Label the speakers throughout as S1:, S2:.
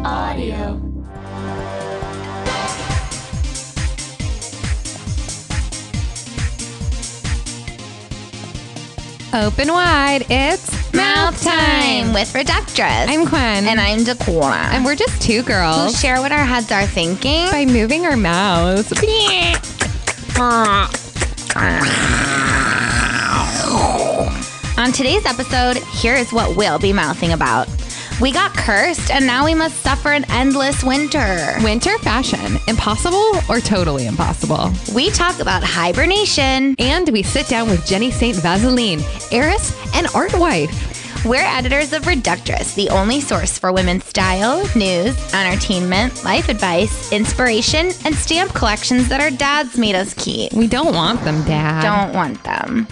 S1: Radio.
S2: Open wide. It's
S1: Mouth time with Reductress.
S2: I'm Quinn.
S1: and I'm Dakota.
S2: and we're just two
S1: we'll
S2: girls
S1: share what our heads are thinking.
S2: by moving our mouths.
S1: On today's episode, here is what we'll be mouthing about. We got cursed, and now we must suffer an endless winter.
S2: Winter fashion, impossible or totally impossible.
S1: We talk about hibernation.
S2: And we sit down with Jenny St. Vaseline, heiress and art wife.
S1: We're editors of Reductress, the only source for women's style, news, entertainment, life advice, inspiration, and stamp collections that our dads made us keep.
S2: We don't want them, Dad.
S1: Don't want them.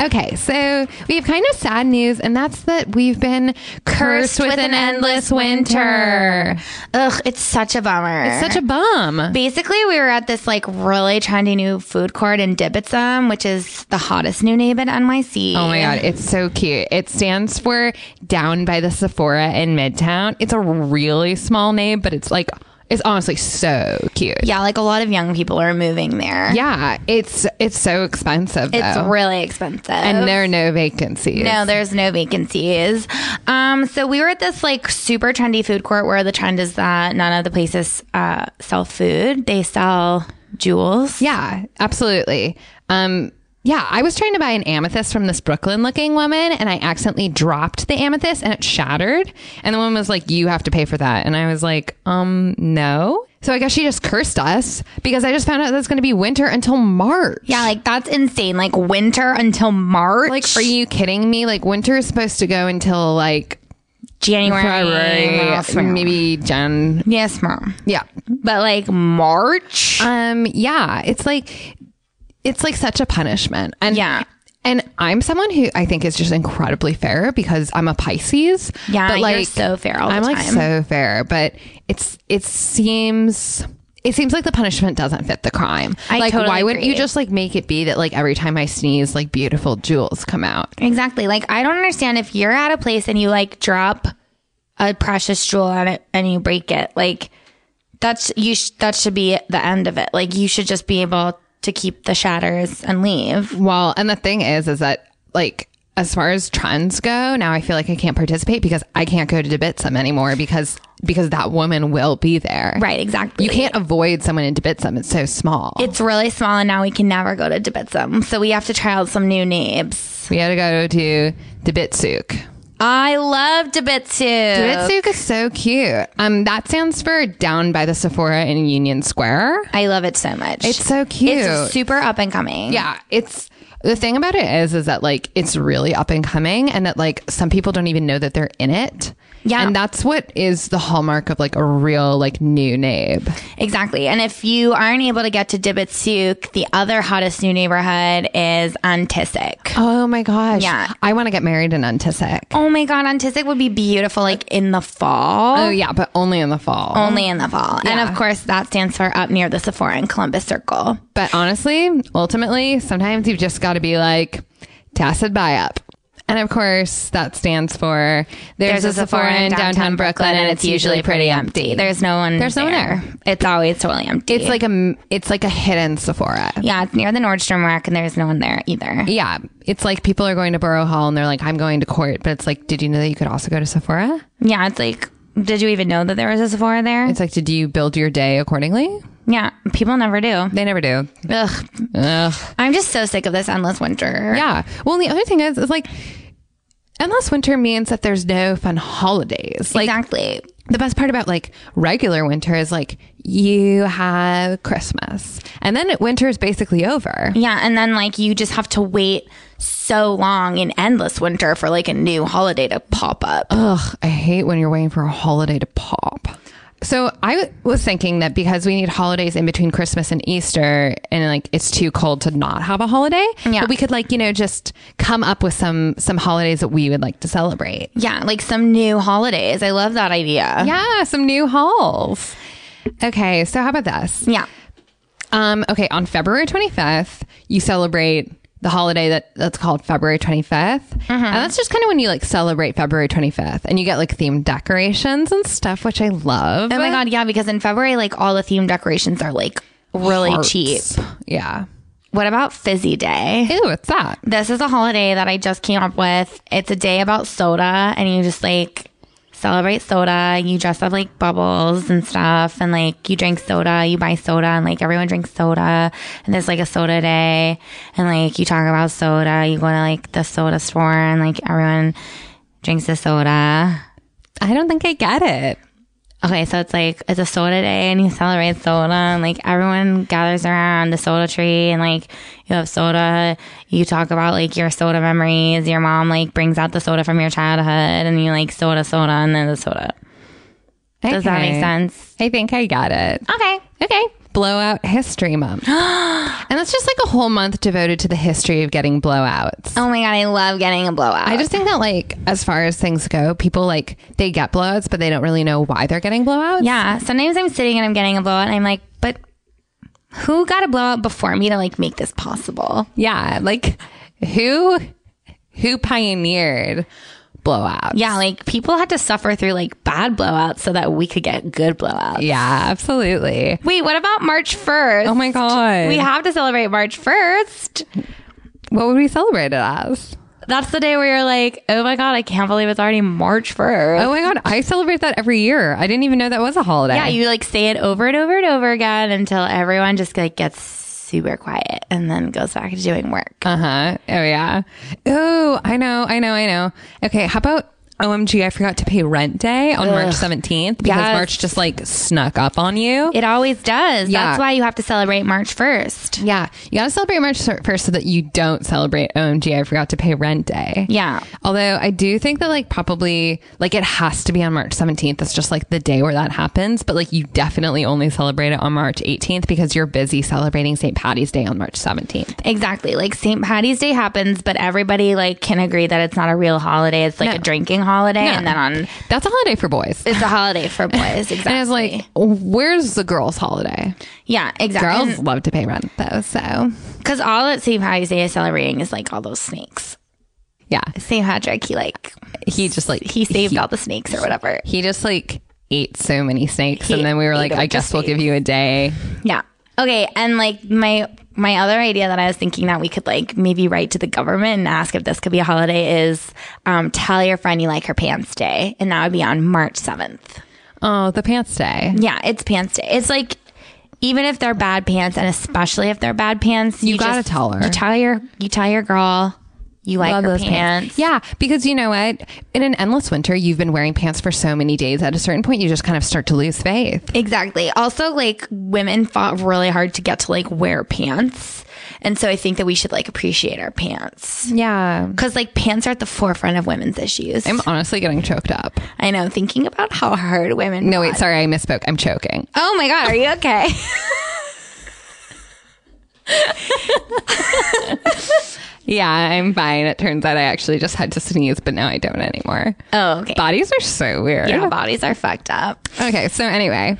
S2: Okay, so we have kind of sad news, and that's that we've been cursed, with, an, endless winter.
S1: Ugh, it's such a bummer.
S2: It's such a bum.
S1: Basically, we were at this like really trendy new food court in Dibbitsum, which is the hottest new name in NYC.
S2: Oh my god, it's so cute. It stands for Down by the Sephora in Midtown. It's a really small name, but it's like it's honestly so cute.
S1: Yeah, like a lot of young people are moving there.
S2: Yeah, it's it's so expensive though.
S1: It's really expensive.
S2: and there are no vacancies.
S1: No, there's no vacancies. Um, so we were at this like super trendy food court where the trend is that none of the places uh, sell food; they sell jewels.
S2: Yeah, absolutely. Um, yeah, I was trying to buy an amethyst from this Brooklyn looking woman and I accidentally dropped the amethyst and it shattered. And the woman was like, You have to pay for that. And I was like, Um, no. So I guess she just cursed us because I just found out that's going to be winter until March.
S1: Yeah, like that's insane. Like winter until March,
S2: Like, are you kidding me? Like, winter is supposed to go until like
S1: January,
S2: February,
S1: Mom.
S2: maybe Jan.
S1: Yes, Uh, mom.
S2: Yeah.
S1: But like March.
S2: Um, yeah, it's like it's like such a punishment. And
S1: Yeah.
S2: And I'm someone who I think is just incredibly fair because I'm a Pisces.
S1: Yeah, you're so fair all the
S2: I'm like
S1: time.
S2: so fair, but it's it seems it seems like the punishment doesn't fit the crime.
S1: I
S2: like
S1: totally
S2: why wouldn't you
S1: agree.
S2: just like make it be that like every time I sneeze, like beautiful jewels come out?
S1: Exactly. Like I don't understand if you're at a place and you like drop a precious jewel on it and you break it. Like that's you. Sh- that should be the end of it. Like you should just be able to keep the shatters and leave.
S2: Well, and the thing is, is that like as far as trends go, now I feel like I can't participate because I can't go to Debitsum anymore because because that woman will be there.
S1: Right. Exactly.
S2: You can't avoid someone in Debitsum. It's so small.
S1: It's really small, and now we can never go to Debitsum. So we have to try out some new names.
S2: we had to go to Debitsuk.
S1: I love Debitsu.
S2: Debitsuk is so cute. Um, that stands for down by the Sephora in Union Square.
S1: I love it so much.
S2: It's so cute.
S1: It's super up and coming.
S2: Yeah, it's the thing about it is is that like it's really up and coming and that like some people don't even know that they're in it.
S1: Yeah.
S2: And that's what is the hallmark of like a real like new nabe.
S1: Exactly. And if you aren't able to get to Dibitsuk, the other hottest new neighborhood is Antisik.
S2: Oh my gosh.
S1: Yeah.
S2: I want to get married in Untisick.
S1: Oh my God, Antisik would be beautiful like in the fall.
S2: Oh yeah, but only in the fall.
S1: Only in the fall. And of course, that stands for up near the Sephora in Columbus Circle.
S2: But honestly, ultimately, sometimes you've just got to be like tacit buy up. And of course, that stands for there's, a, Sephora in downtown, Brooklyn, and it's usually pretty empty.
S1: There's no one.
S2: There's no one
S1: It's always totally empty.
S2: it's like a it's like a hidden Sephora.
S1: yeah, it's near the Nordstrom rack, and there's no one there either.
S2: Yeah, it's like people are going to Borough Hall and they're like, I'm going to court. But it's like, did you know that you could also go to Sephora?
S1: Yeah, it's like, did you even know that there was a Sephora there?
S2: It's like, did you build your day accordingly?
S1: yeah, people never do.
S2: They never do.
S1: Ugh,
S2: Ugh.
S1: I'm just so sick of this endless winter.
S2: Yeah. Well, and the other thing is, is like, unless winter means that there's no fun holidays. Like,
S1: exactly.
S2: the best part about like regular winter is like you have Christmas and then winter is basically over.
S1: Yeah, and then like you just have to wait so long in endless winter for like a new holiday to pop up.
S2: Ugh, I hate when you're waiting for a holiday to pop. So I was thinking that because we need holidays in between Christmas and Easter and like it's too cold to not have a holiday,
S1: Yeah.
S2: but we could like, you know, just come up with some some holidays that we would like to celebrate.
S1: Yeah, like some new holidays. I love that idea.
S2: Yeah, some new hauls. Okay, so how about this?
S1: Yeah.
S2: Um, okay, on February 25th, you celebrate the holiday that that's called February 25th. And that's just kind of when you like celebrate February 25th and you get like themed decorations and stuff, which I love.
S1: Oh my god, yeah, because in February, like all the theme decorations are like really cheap.
S2: Yeah.
S1: What about Fizzy Day?
S2: Ew, what's that?
S1: This is a holiday that I just came up with. It's a day about soda, and you just like celebrate soda. You dress up like bubbles and stuff, and like you drink soda, you buy soda, and like everyone drinks soda. And there's like a soda day, and like you talk about soda. You go to like the soda store, and like everyone drinks the soda.
S2: I don't think I get it.
S1: Okay, so it's like it's a soda day, and you celebrate soda, and like everyone gathers around the soda tree, and like you have soda. You talk about like your soda memories. Your mom like brings out the soda from your childhood, and you like soda, soda, and then the soda. Does that
S2: Okay.
S1: make sense?
S2: I think I got it.
S1: Okay, okay.
S2: Blowout History Month. and that's just like a whole month devoted to the history of getting blowouts.
S1: Oh my god, I love getting a blowout.
S2: I just think that, like, as far as things go, people like they get blowouts, but they don't really know why they're getting blowouts.
S1: yeah. Sometimes I'm sitting and I'm getting a blowout, and I'm like, but who got a blowout before me to like make this possible?
S2: Yeah. Like, who, who pioneered blowouts?
S1: Yeah, like people had to suffer through like bad blowouts so that we could get good blowouts.
S2: Yeah, absolutely.
S1: Wait, what about March 1st?
S2: Oh my God.
S1: We have to celebrate March 1st.
S2: what would we celebrate it as?
S1: That's the day where you're like, oh my God, I can't believe it's already March 1st.
S2: Oh my God. I celebrate that every year. I didn't even know that was a holiday.
S1: Yeah, you like say it over and over and over again until everyone just like gets super quiet and then goes back to doing work.
S2: Uh huh. Oh, yeah. Oh, I know. I know. I know. Okay. How about OMG? I forgot to pay rent day on March 17th because
S1: Yes.
S2: March just like snuck up on you.
S1: It always does.
S2: Yeah.
S1: That's why you have to celebrate March 1st.
S2: yeah. You got to celebrate March 1st so that you don't celebrate OMG. I forgot to pay rent day.
S1: Yeah.
S2: Although I do think that like probably like it has to be on March 17th. That's just like the day where that happens. But like you definitely only celebrate it on March 18th because you're busy celebrating St. Patty's Day on March 17th.
S1: Exactly. Like St. Patty's Day happens, but everybody like can agree that it's not a real holiday. It's like a drinking holiday. And then on,
S2: That's a holiday for boys.
S1: it's a holiday for boys. Exactly.
S2: And it's like, where's the girls' holiday?
S1: yeah, exactly.
S2: Girls love to pay rent though, so
S1: Because all that St. Patty's Day is celebrating is like all those snakes.
S2: yeah.
S1: St. Patrick, he like
S2: He just like
S1: he saved
S2: He,
S1: all the snakes or whatever.
S2: he just like ate so many snakes,
S1: He
S2: and then we were
S1: ate
S2: like,
S1: a bunch
S2: I
S1: of
S2: guess we'll give you a day.
S1: Yeah. Okay, and like my my other idea that I was thinking that we could like maybe write to the government and ask if this could be a holiday is um, tell your friend you like her pants day, and that would be on March seventh.
S2: Oh, the pants day.
S1: Yeah, it's pants day. It's like even if they're bad pants, and especially if they're bad pants, you,
S2: gotta
S1: just-
S2: tell her.
S1: You tell your you tell your girl you like her pants.
S2: Yeah, because you know what? In an endless winter, you've been wearing pants for so many days. At a certain point, you just kind of start to lose faith.
S1: Exactly. Also, like women fought really hard to get to like wear pants. And so I think that we should like appreciate our pants.
S2: Yeah.
S1: Cause like pants are at the forefront of women's issues.
S2: I'm honestly getting choked up.
S1: I know, thinking about how hard women.
S2: No, wait, sorry, I misspoke. I'm choking.
S1: Oh my God, are you okay?
S2: Yeah, I'm fine. It turns out I actually just had to sneeze, but now I don't anymore.
S1: oh, okay.
S2: Bodies are so weird.
S1: Our bodies are fucked up.
S2: Okay, so anyway,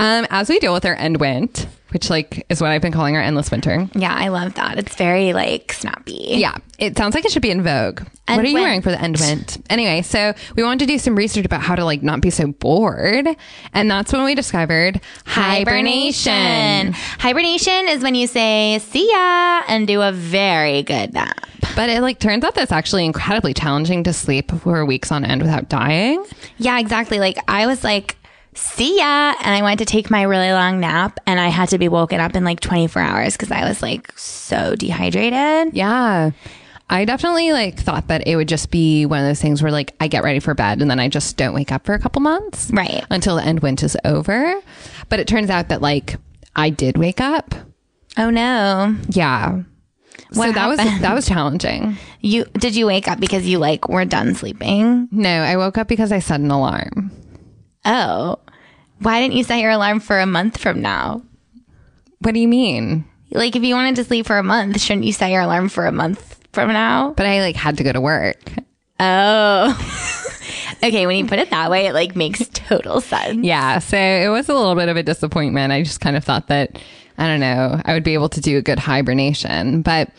S2: um, as we deal with our end wind, which like is what I've been calling our endless winter.
S1: Yeah, I love that. It's very like snappy.
S2: Yeah, it sounds like it should be in vogue. what are you
S1: Endwind.
S2: wearing for the end wind? Anyway, so we wanted to do some research about how to like not be so bored, and that's when we discovered
S1: Hibernation. Hibernation is when you say see ya and do a very good nap.
S2: But it like turns out that's actually incredibly challenging to sleep for weeks on end without dying.
S1: Yeah, exactly. Like I was like, see ya. And I went to take my really long nap and I had to be woken up in like 24 hours because I was like so dehydrated.
S2: Yeah. I definitely like thought that it would just be one of those things where like I get ready for bed and then I just don't wake up for a couple months.
S1: Right.
S2: Until the end wind is over. But it turns out that like I did wake up.
S1: Oh no.
S2: Yeah. so
S1: What
S2: that was that was challenging.
S1: You did you wake up because you like were done sleeping?
S2: No, I woke up because I set an alarm
S1: Oh. Why didn't you set your alarm for a month from now?
S2: What do you mean?
S1: Like if you wanted to sleep for a month, shouldn't you set your alarm for a month from now?
S2: But I like had to go to work.
S1: Oh. okay, when you put it that way, it like makes total sense.
S2: Yeah, so it was a little bit of a disappointment. I just kind of thought that I don't know, I would be able to do a good hibernation. But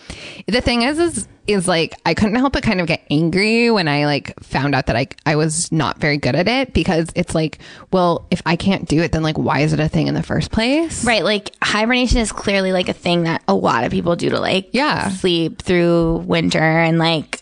S2: the thing is, is, is like, I couldn't help but kind of get angry when I like found out that I, I was not very good at it because it's like, well, if I can't do it, then like, why is it a thing in the first place?
S1: Right, like hibernation is clearly like a thing that a lot of people do to like
S2: Yeah.
S1: sleep through winter and like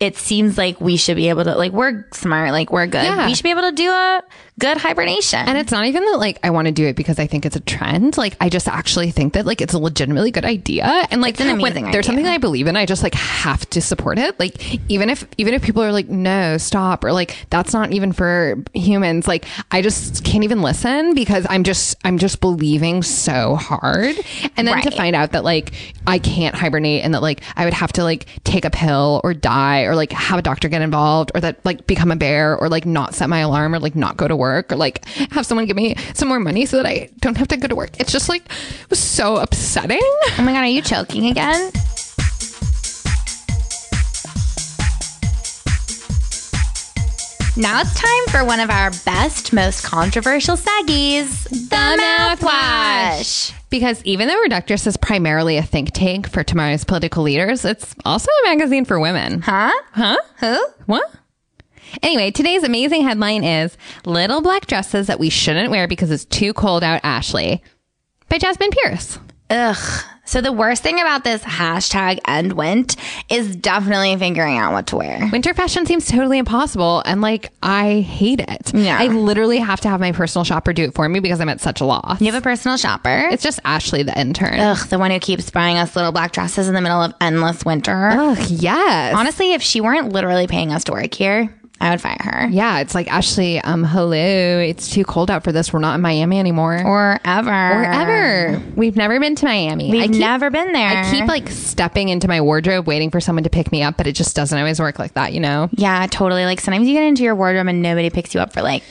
S1: it seems like we should be able to like we're smart, like we're good.
S2: Yeah.
S1: We should be able to do a good hibernation.
S2: And it's not even that like I want to do it because I think it's a trend. Like I just actually think that like it's a legitimately good idea. And like
S1: It's an
S2: when
S1: amazing
S2: there's
S1: idea.
S2: something that I believe in, I just like have to support it. Like even if even if people are like, no, stop, or like that's not even for humans, like I just can't even listen because I'm just I'm just believing so hard. And then to
S1: Right.
S2: find out that like I can't hibernate and that like I would have to like take a pill or die or like have a doctor get involved or that like become a bear or like not set my alarm or like not go to work or like have someone give me some more money so that I don't have to go to work. It's just like it was so upsetting.
S1: oh my god, are you choking again? Now it's time for one of our best, most controversial saggies, the mouthwash.
S2: Because even though Reductress is primarily a think tank for tomorrow's political leaders, it's also a magazine for women.
S1: Huh?
S2: Huh?
S1: Who?
S2: What? Anyway, today's amazing headline is Little Black Dresses That We Shouldn't Wear Because It's Too Cold Out Ashley by Jasmine Pierce.
S1: Ugh. So the worst thing about this hashtag end went is definitely figuring out what to wear.
S2: Winter fashion seems totally impossible and like I hate it.
S1: Yeah.
S2: I literally have to have my personal shopper do it for me because I'm at such a loss.
S1: You have a personal shopper.
S2: It's just Ashley the intern.
S1: Ugh, the one who keeps buying us little black dresses in the middle of endless winter.
S2: Ugh, yes.
S1: Honestly, if she weren't literally paying us to work here, I would fire her.
S2: yeah, it's like Ashley, um, hello. It's too cold out for this. We're not in Miami anymore.
S1: Or ever. Or
S2: Ever. We've never been to Miami.
S1: We've
S2: I keep
S1: never been there.
S2: I keep like stepping into my wardrobe waiting for someone to pick me up, but it just doesn't always work like that, you know?
S1: Yeah, totally. Like sometimes you get into your wardrobe and nobody picks you up for like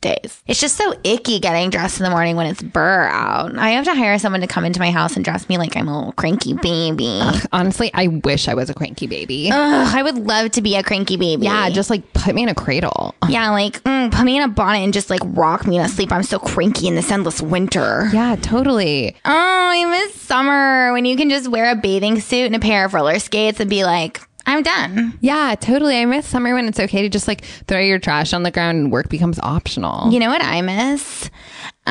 S1: days. It's just so icky getting dressed in the morning when it's burr out. I have to hire someone to come into my house and dress me like I'm a little cranky baby.
S2: Honestly, I wish I was a cranky baby.
S1: Ugh, I would love to be a cranky baby.
S2: yeah, Uh, just like put me in a cradle.
S1: yeah, like mm, put me in a bonnet and just like rock me to sleep. I'm so cranky in this endless winter.
S2: Yeah, totally.
S1: Oh, I miss summer when you can just wear a bathing suit and a pair of roller skates and be like, I'm done.
S2: Yeah, totally. I miss summer when it's okay to just like throw your trash on the ground and work becomes optional.
S1: You know what I miss?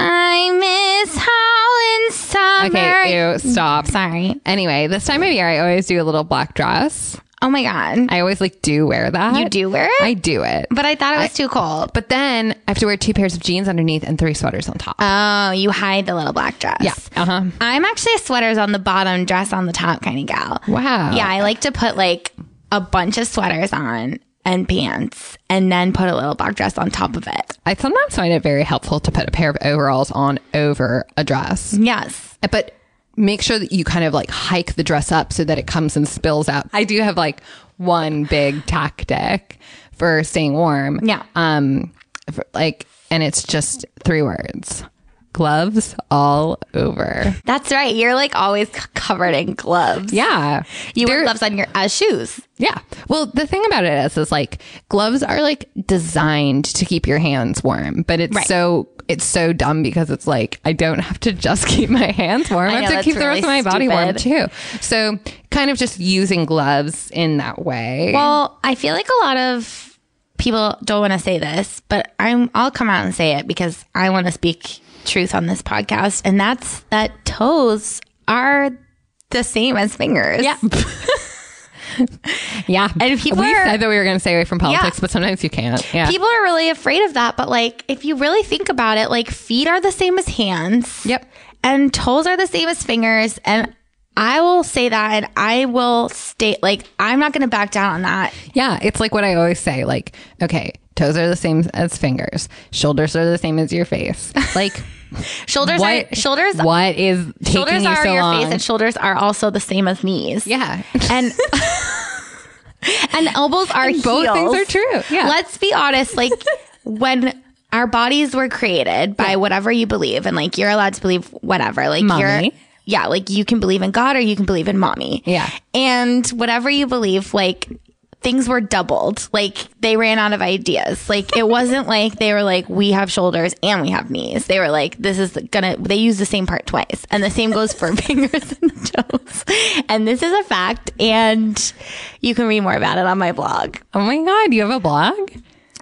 S1: I miss Holland summer.
S2: Okay, ew, stop.
S1: Sorry.
S2: Anyway, this time of year, I always do a little black dress.
S1: Oh my god.
S2: I always like do wear that.
S1: You do wear it?
S2: I do it.
S1: but I thought it was too cold.
S2: But then I have to wear two pairs of jeans underneath and three sweaters on top.
S1: Oh, uh-huh. you hide the little black dress.
S2: yeah. Uh huh.
S1: I'm actually a sweaters on the bottom, dress on the top kind of gal.
S2: Wow.
S1: Yeah, I like to put like a bunch of sweaters on and pants and then put a little black dress on top of it.
S2: I sometimes find it very helpful to put a pair of overalls on over a dress,
S1: Yes.
S2: but make sure that you kind of like hike the dress up so that it comes and spills out. I do have like one big tactic for staying warm.
S1: Yeah.
S2: Um, for, like, and it's just three words gloves all over.
S1: That's right. You're like always c- covered in gloves.
S2: Yeah.
S1: You wear
S2: They're-
S1: gloves on your as shoes.
S2: Yeah. Well, the thing about it is, is like gloves are like designed to keep your hands warm, but it's
S1: Right.
S2: so it's so dumb because it's like I don't have to just keep my hands warm. I,
S1: I know,
S2: have to
S1: that's
S2: keep the rest of
S1: really
S2: my body warm too.
S1: stupid.
S2: So kind of just using gloves in that way.
S1: Well, I feel like a lot of people don't want to say this, but I'm I'll come out and say it because I want to speak truth on this podcast, and that's that toes are the same as fingers. Yeah.
S2: yeah.
S1: and people
S2: we
S1: are-
S2: said that we were going to stay away from politics,
S1: Yeah.
S2: but sometimes you can't. Yeah.
S1: People are really afraid of that, but like if you really think about it, like feet are the same as hands.
S2: Yep.
S1: And toes are the same as fingers and I will say that and I will state like I'm not going to back down on that.
S2: Yeah, it's like what I always say like, okay, toes are the same as fingers, shoulders are the same as your face. Like
S1: Shoulders are
S2: what
S1: shoulders
S2: what is taking
S1: shoulders
S2: you
S1: are
S2: so
S1: your
S2: long?
S1: face and shoulders are also the same as knees.
S2: yeah.
S1: and and elbows are
S2: both
S1: heels.
S2: things are true. Yeah.
S1: Let's be honest. Like when our bodies were created by whatever you believe, and like you're allowed to believe whatever. Like you're
S2: Mommy.
S1: yeah, like you can believe in God or you can believe in mommy.
S2: Yeah.
S1: And whatever you believe, like things were doubled. Like they ran out of ideas. Like it wasn't like they were like, we have shoulders and we have knees. They were like, this is gonna, they use the same part twice. And the same goes for fingers and toes. And this is a fact. And you can read more about it on my blog.
S2: Oh my God, you have a blog?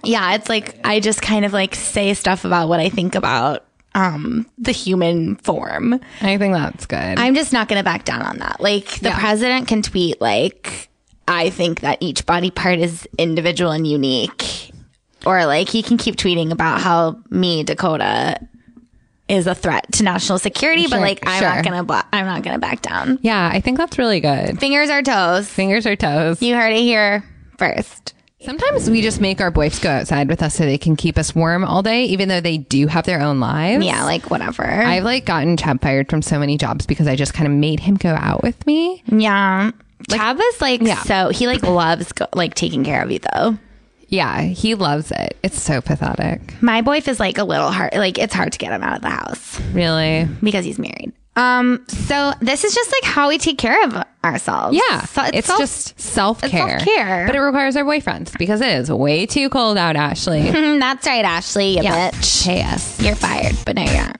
S1: Yeah, it's like I just kind of like say stuff about what I think about um the human form.
S2: I think that's good.
S1: I'm just not going to back down on that. Like the president can tweet like I think that each body part is individual and unique or like he can keep tweeting about how me Dakota is a threat to national security but
S2: Sure,
S1: like I'm
S2: sure.
S1: not going to bla- I'm not going to back down.
S2: yeah, I think that's really good.
S1: Fingers or toes.
S2: Fingers or toes.
S1: You heard it here first.
S2: Sometimes we just make our boys go outside with us so they can keep us warm all day, even though they do have their own lives.
S1: Yeah, like whatever.
S2: I've like gotten Chad fired from so many jobs because I just kind of made him go out with me.
S1: Yeah. Chab is like so he like loves go, like taking care of you though.
S2: Yeah, he loves it. It's so pathetic.
S1: My boyf is like a little hard like it's hard to get him out of the house
S2: Really?
S1: because he's married. Um so this is just like how we take care of ourselves.
S2: Yeah.
S1: So
S2: it's
S1: self-
S2: just self care.
S1: self-care.
S2: But it requires our boyfriends because it is way too cold out, Ashley.
S1: Mm, that's right, Ashley, you bitch.
S2: Pay us.
S1: You're fired, but no you're not.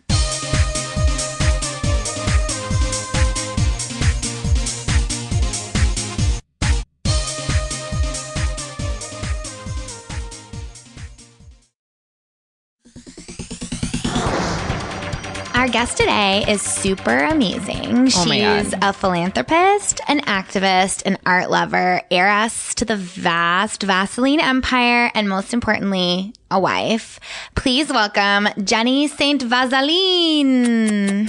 S1: Our guest today is super amazing.
S2: Oh my God.
S1: She's a philanthropist, an activist, an art lover, heiress to the vast Vaseline empire, and most importantly, a wife. Please welcome Jenny Saint Vaseline.
S3: Um,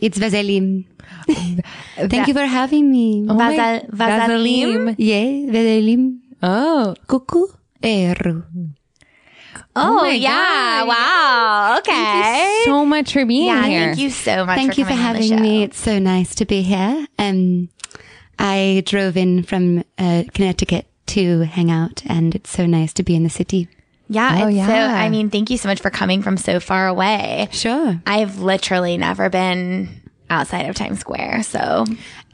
S3: it's Vaseline. Thank you for having me.
S2: Oh my-
S1: Vasal- Vaseline.
S3: Yeah, Vaseline.
S2: Oh.
S3: Cuckoo. Erru.
S1: Oh,
S2: my
S1: yeah!
S2: God.
S1: Wow. Okay.
S2: Thank you so much for being
S1: yeah,
S2: here.
S1: thank you so much.
S3: Thank you for
S1: coming on the show.
S3: having me. It's so nice to be here. Um, I drove in from uh, Connecticut to hang out, and it's so nice to be in the city.
S1: Yeah.
S2: Oh,
S1: it's So,
S2: yeah.
S1: I mean, thank you so much for coming from so far away.
S3: Sure.
S1: I've literally never been outside of Times Square, so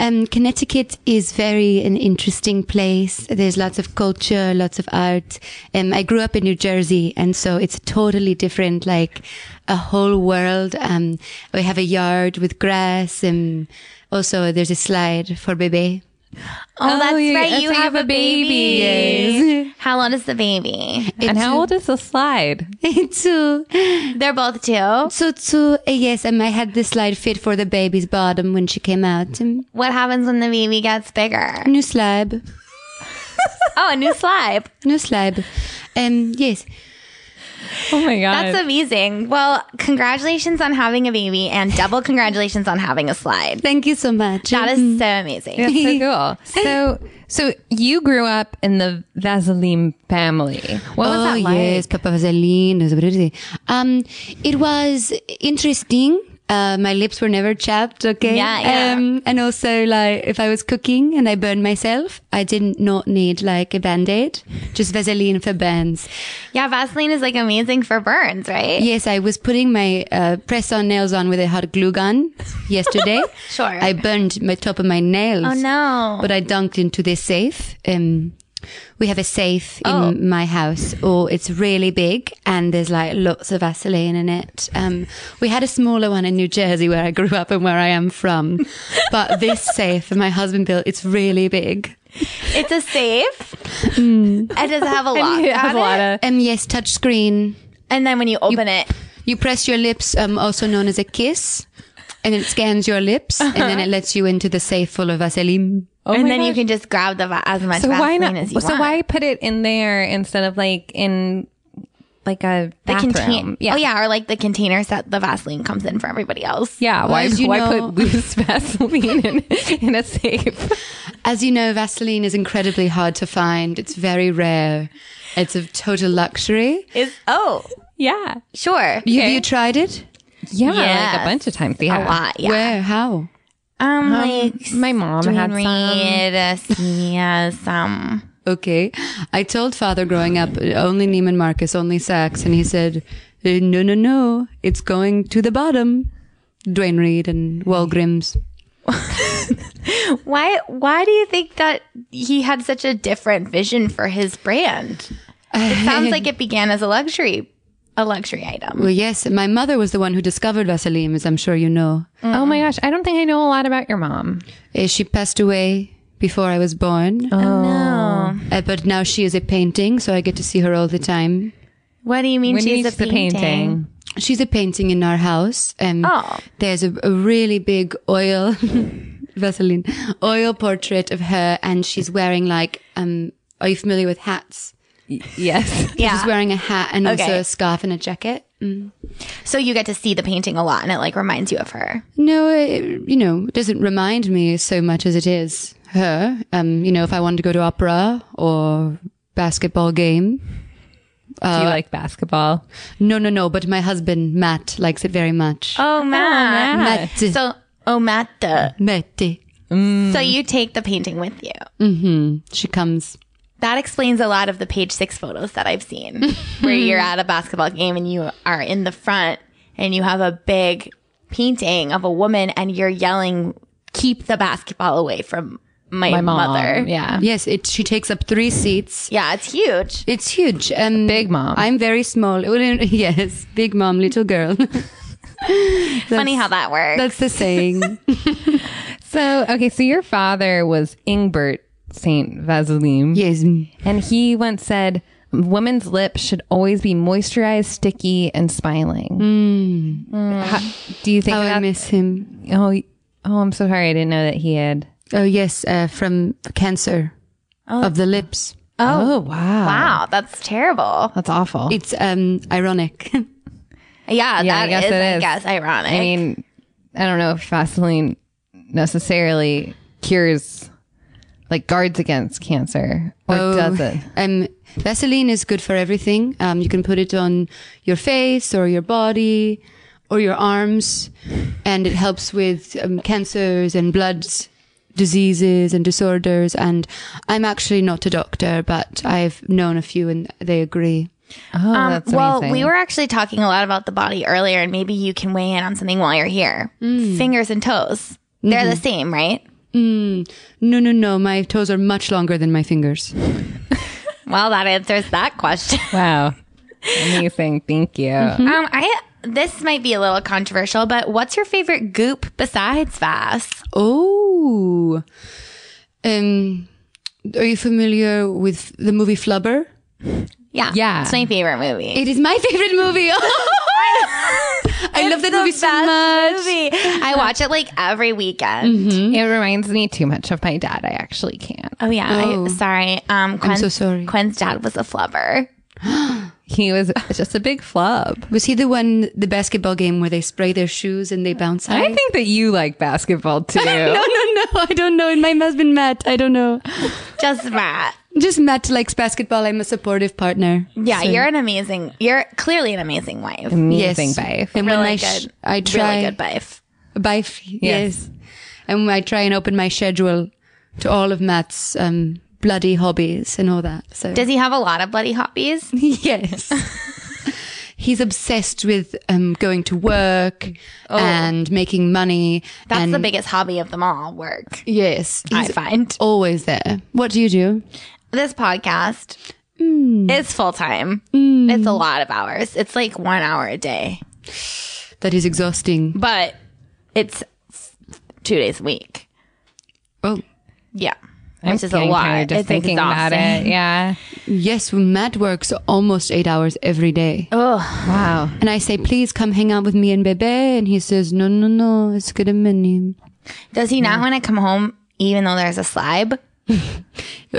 S3: Um, Connecticut is very an interesting place. There's lots of culture, lots of art. Um, I grew up in New Jersey, and so it's totally different, like a whole world. Um, we have a yard with grass, and also there's a slide for bebe.
S1: Oh, that's
S2: you-
S1: right.
S2: that's
S1: You
S2: right,
S1: have a baby. How old is the baby?
S2: and how old is the slide?
S3: two,
S1: They're both two.
S3: so two. uh, yes, um, I had the slide fit for the baby's bottom when she came out. Um,
S1: What happens when the baby gets bigger?
S3: new slab,
S1: Oh, a new slide.
S3: new slab. Um, yes.
S2: Oh my god.
S1: That's amazing. Well, congratulations on having a baby and double congratulations on having a slide.
S3: Thank you so much.
S1: That is so amazing.
S2: That's so cool. So, so you grew up in the Vaseline family. What was
S3: oh
S2: that like?
S3: yes, Papa Vaseline. was really- Um, it was interesting. Uh, my lips were never chapped. Okay.
S1: Yeah, yeah.
S3: Um, and also like if I was cooking and I burned myself, I did not need like a band-aid, just Vaseline for burns.
S1: Yeah, Vaseline is like amazing for burns, right?
S3: Yes, I was putting my uh, press-on nails on with a hot glue gun yesterday.
S1: Sure.
S3: I burned my top of my nails.
S1: Oh, no.
S3: But I dunked into this safe. Um, we have a safe
S1: Oh.
S3: in my house, or it's really big, and there's like lots of Vaseline in it. Um, we had a smaller one in New Jersey where I grew up and where I am from, but this safe my husband built, it's really big.
S1: It's a safe. It does have a lock.
S2: You have
S1: on
S2: a lot
S1: it.
S2: of.
S3: Um, yes, touch screen.
S1: and then when you open it,
S3: You press your lips, um, also known as a kiss, and it scans your lips, and then it lets you into the safe full of Vaseline.
S2: Oh
S1: and
S2: my
S1: then you
S2: God.
S1: can just grab the va- as much
S2: So why
S1: Vaseline
S2: not?
S1: as you
S2: So
S1: want.
S2: why put it in there instead of like in like a
S1: the
S2: bathroom?
S1: contain-
S2: yeah.
S1: Oh yeah, or like the containers that the Vaseline comes in for everybody else.
S2: Yeah, why,
S3: As you
S2: why
S3: know-
S2: put loose Vaseline in, in a safe?
S3: As you know, Vaseline is incredibly hard to find. It's very rare. It's a total luxury.
S1: Is oh
S2: Yeah.
S1: sure
S3: You- Have you tried it?
S2: Yeah, like
S1: Yes.
S2: a bunch of times. Yeah.
S1: a lot. Yeah.
S3: Where? How?
S1: Um, like
S2: My mom had some.
S1: had some.
S3: Okay. I told father growing up, only Neiman Marcus, only Saks. And he said, "Eh, no, no, no. It's going to the bottom. Dwayne Reed and Walgreens.
S1: Why why do you think that he had such a different vision for his brand? It sounds like it began as a luxury a luxury item.
S3: Well, yes, my mother was the one who discovered Vaseline, as I'm sure you know.
S2: Oh my gosh, I don't think I know a lot about your mom.
S3: Uh, She passed away before I was born,
S1: Oh, No.
S3: uh, but now she is a painting, so I get to see her all the time.
S1: What do you mean
S2: When
S1: she's
S2: you
S1: a
S2: used the
S1: painting?
S2: painting.
S3: She's a painting in our house. Um,
S1: Oh.
S3: There's a, a really big oil, Vaseline, oil portrait of her, and she's wearing like, um, are you familiar with hats?
S2: Yes.
S1: Yeah.
S3: She's wearing a hat and
S1: Okay.
S3: also a scarf and a jacket.
S1: so you get to see the painting a lot and it like reminds you of her.
S3: No, it, you know, it doesn't remind me so much as it is her. Um, you know, if I wanted to go to opera or basketball game.
S2: Do you like basketball?
S3: No, no, no, but my husband, Matt, likes it very much.
S1: Oh man.
S3: Matt.
S1: So oh Matt the-
S3: Mette.
S2: Mm-hmm.
S1: so you take the painting with you.
S3: She comes.
S1: That explains a lot of the page six photos that I've seen, where you're at a basketball game and you are in the front and you have a big painting of a woman and you're yelling, keep the basketball away from my,
S2: My mom.
S1: mother.
S2: Yeah.
S3: Yes, it, she takes up three seats.
S1: Yeah, it's huge.
S3: It's huge. Um,
S2: Big mom.
S3: I'm very small. Well, Yes, big mom, little girl.
S1: Funny how that works.
S3: That's the saying.
S2: So okay, so your father was Ingbert Saint Vaseline.
S3: yes.
S2: And he once said, Women's lips should always be moisturized, sticky, and smiling.
S1: Mm.
S2: How- do you
S1: Oh,
S2: think
S3: How I
S2: that?
S3: miss him.
S2: oh, y- oh, I'm so sorry. I didn't know that he had.
S3: Oh, yes, uh, from cancer of the lips.
S2: Oh, wow.
S1: wow, that's terrible.
S2: That's awful.
S3: It's um, ironic.
S1: Yeah,
S2: Yeah, I
S1: that
S2: guess
S1: is,
S2: it
S1: I
S2: is.
S1: guess, ironic.
S2: I mean, I don't know if Vaseline necessarily cures, like guards against cancer, or does it?
S3: Um, Vaseline is good for everything. Um, you can put it on your face or your body or your arms, and it helps with um, cancers and blood diseases and disorders. And I'm actually not a doctor, but I've known a few, and they agree.
S2: Oh, that's
S1: Um, well,
S2: amazing.
S1: we were actually talking a lot about the body earlier, and maybe you can weigh in on something while you're here.
S2: Mm.
S1: Fingers and toes. They're
S2: Mm-hmm.
S1: the same, right?
S3: No, no, no. My toes are much longer than my fingers.
S1: Well, that answers that question.
S2: wow, Mm-hmm. amazing. Thank you.
S1: Um, I this might be a little controversial, but what's your favorite goop besides Vass?
S3: Oh. Um, are you familiar with the movie Flubber?
S1: Yeah,
S2: Yeah.
S1: it's my favorite movie.
S3: It is my favorite movie. I love that movie so much.
S1: movie. I watch it like every weekend.
S2: It reminds me too much of my dad. I actually can't.
S1: Oh yeah, I, sorry. Um, Quinn's,
S3: so sorry.
S1: Quinn's dad was a flubber.
S2: He was just a big flub.
S3: Was he the one, the basketball game where they spray their shoes and they bounce out?
S2: I think that you like basketball too.
S3: no, no, no. I don't know. And my husband, Matt, I don't know.
S1: Just that.
S3: Just Matt likes basketball. I'm a supportive partner.
S1: Yeah, you're an amazing. You're clearly an amazing wife.
S2: Amazing wife.
S3: And when
S1: Really
S3: I, sh-
S1: good.
S3: I try,
S1: Really good wife.
S3: Bife, yes. And I try and open my schedule to all of Matt's um, bloody hobbies and all that. So
S1: Does he have a lot of bloody hobbies?
S3: yes. He's obsessed with um, going to work and making money.
S1: That's
S3: and
S1: the biggest hobby of them all. Work,
S3: yes,
S1: I
S3: he's
S1: find.
S3: always there. What do you do?
S1: this podcast is full time. It's a lot of hours. It's like one hour a day,
S3: That is exhausting.
S1: but it's f- two days a week.
S3: Oh,
S1: Yeah.
S2: I'm
S1: Which is a
S2: getting
S1: lot.
S2: tired just
S1: it's
S2: thinking about it.
S1: exhausting.
S2: Yeah.
S3: yes, Matt works almost eight hours every day.
S2: Wow.
S3: And I say, please come hang out with me and Bebe. And he says, no, no, no, it's good a minute.
S1: Does he not want to come home even though there's a slab?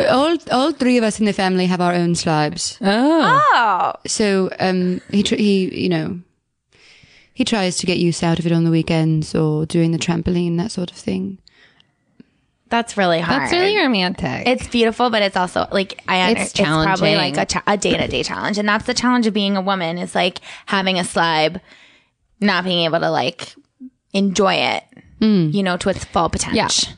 S3: All, all three of us in the family have our own slabs.
S2: Oh.
S1: Oh.
S3: So, um, he, tr- he, you know, he tries to get use out of it on the weekends or doing the trampoline, that sort of thing.
S1: That's really hard.
S2: That's really romantic.
S1: it's beautiful, but it's also like I under-
S2: It's
S1: it's, probably
S2: challenging.
S1: like a, cha- a day-to-day challenge, and that's the challenge of being a woman is like having a slab, not being able to like enjoy it,
S2: Mm.
S1: you know, to its full potential.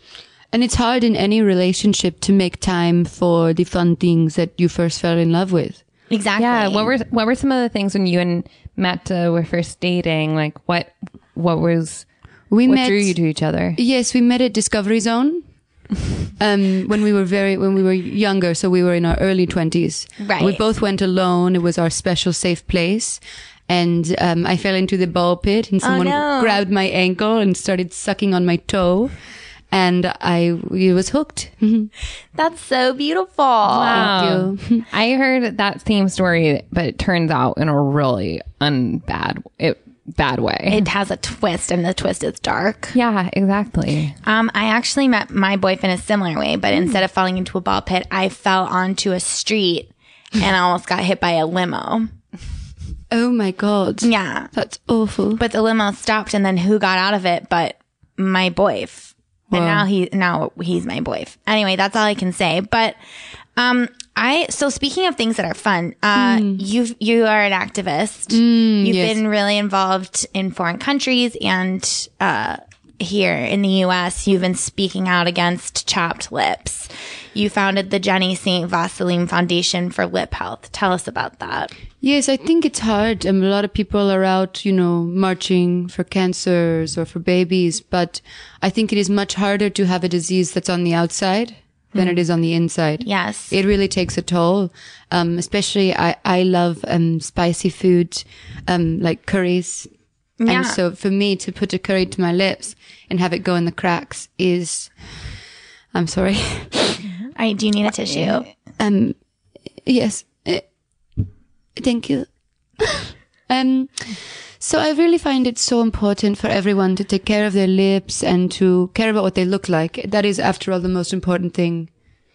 S3: And it's hard in any relationship to make time for the fun things that you first fell in love with.
S1: Exactly.
S2: yeah. What were what were some of the things when you and Matt uh, were first dating? Like what what was
S3: We
S2: What
S3: met.
S2: drew you to each other?
S3: Yes, we met at Discovery Zone. um, when we were very when we were younger, so we were in our early twenties.
S1: Right.
S3: We both went alone. It was our special safe place. And um, I fell into the ball pit,
S2: Oh,
S3: and someone
S1: no.
S3: grabbed my ankle and started sucking on my toe, and I it was hooked.
S2: Mm-hmm.
S1: That's so beautiful.
S2: Wow. Oh. I heard that same story, but it turns out in a really unbad it, bad way.
S1: It has a twist, and the twist is dark.
S2: Eh, yeah, exactly.
S1: Um, I actually met my boyfriend a similar way, but
S2: Mm.
S1: instead of falling into a ball pit, I fell onto a street and almost got hit by a limo.
S3: Oh my god!
S1: Yeah.
S3: That's awful.
S1: But the limo stopped, and then who got out of it but my boyf? And now he now he's my boyf. Anyway, that's all I can say. But um, I so speaking of things that are fun, uh, you you are an activist. You've
S3: yes.
S1: been really involved in foreign countries and uh, here in the U.S. You've been speaking out against chapped lips. You founded the Jenny St. Vaseline Foundation for Lip Health. Tell us about that.
S3: Yes, I think it's hard. Um, a lot of people are out, you know, marching for cancers or for babies, but I think it is much harder to have a disease that's on the outside than it is on the inside.
S1: Hmm. Yes.
S3: It really takes a toll. Um, especially I, I love, um, spicy food, um, like curries.
S1: Yeah.
S3: And so for me to put a curry to my lips and have it go in the cracks is, I'm sorry.
S1: I do you need a tissue.
S3: Um, yes. Uh, thank you. um, so I really find it so important for everyone to take care of their lips and to care about what they look like. That is, after all, the most important thing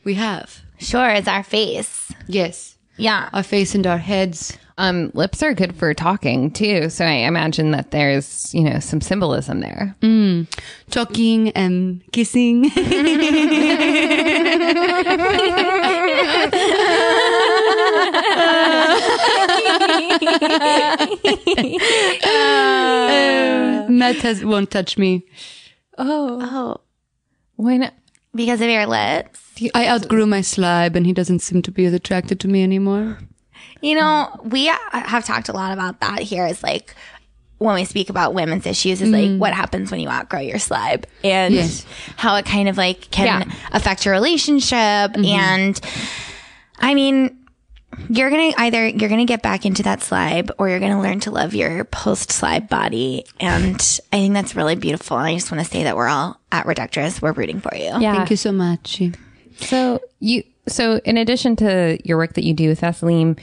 S3: we have.
S1: Sure, it's our face.
S3: Yes.
S1: Yeah.
S3: Our face and our heads.
S2: Um, lips are good for talking too, so I imagine that there's you know some symbolism there.
S3: Talking and kissing. Um, Matt has, won't touch me.
S1: Oh,
S2: When
S1: because of your lips.
S3: I outgrew my slab and he doesn't seem to be as attracted to me anymore.
S1: You know, we uh, have talked a lot about that here is like when we speak about women's issues is
S2: Mm.
S1: like what happens when you outgrow your slab and
S3: Yes.
S1: how it kind of like can
S2: Yeah. Mm-hmm.
S1: affect your relationship and I mean you're gonna either you're gonna get back into that slab or you're gonna learn to love your post slab body and I think that's really beautiful and I just want to say that we're all at Reductress we're rooting for you
S2: yeah,
S3: Thank you so much.
S2: So you so in addition to your work that you do with Vaseline,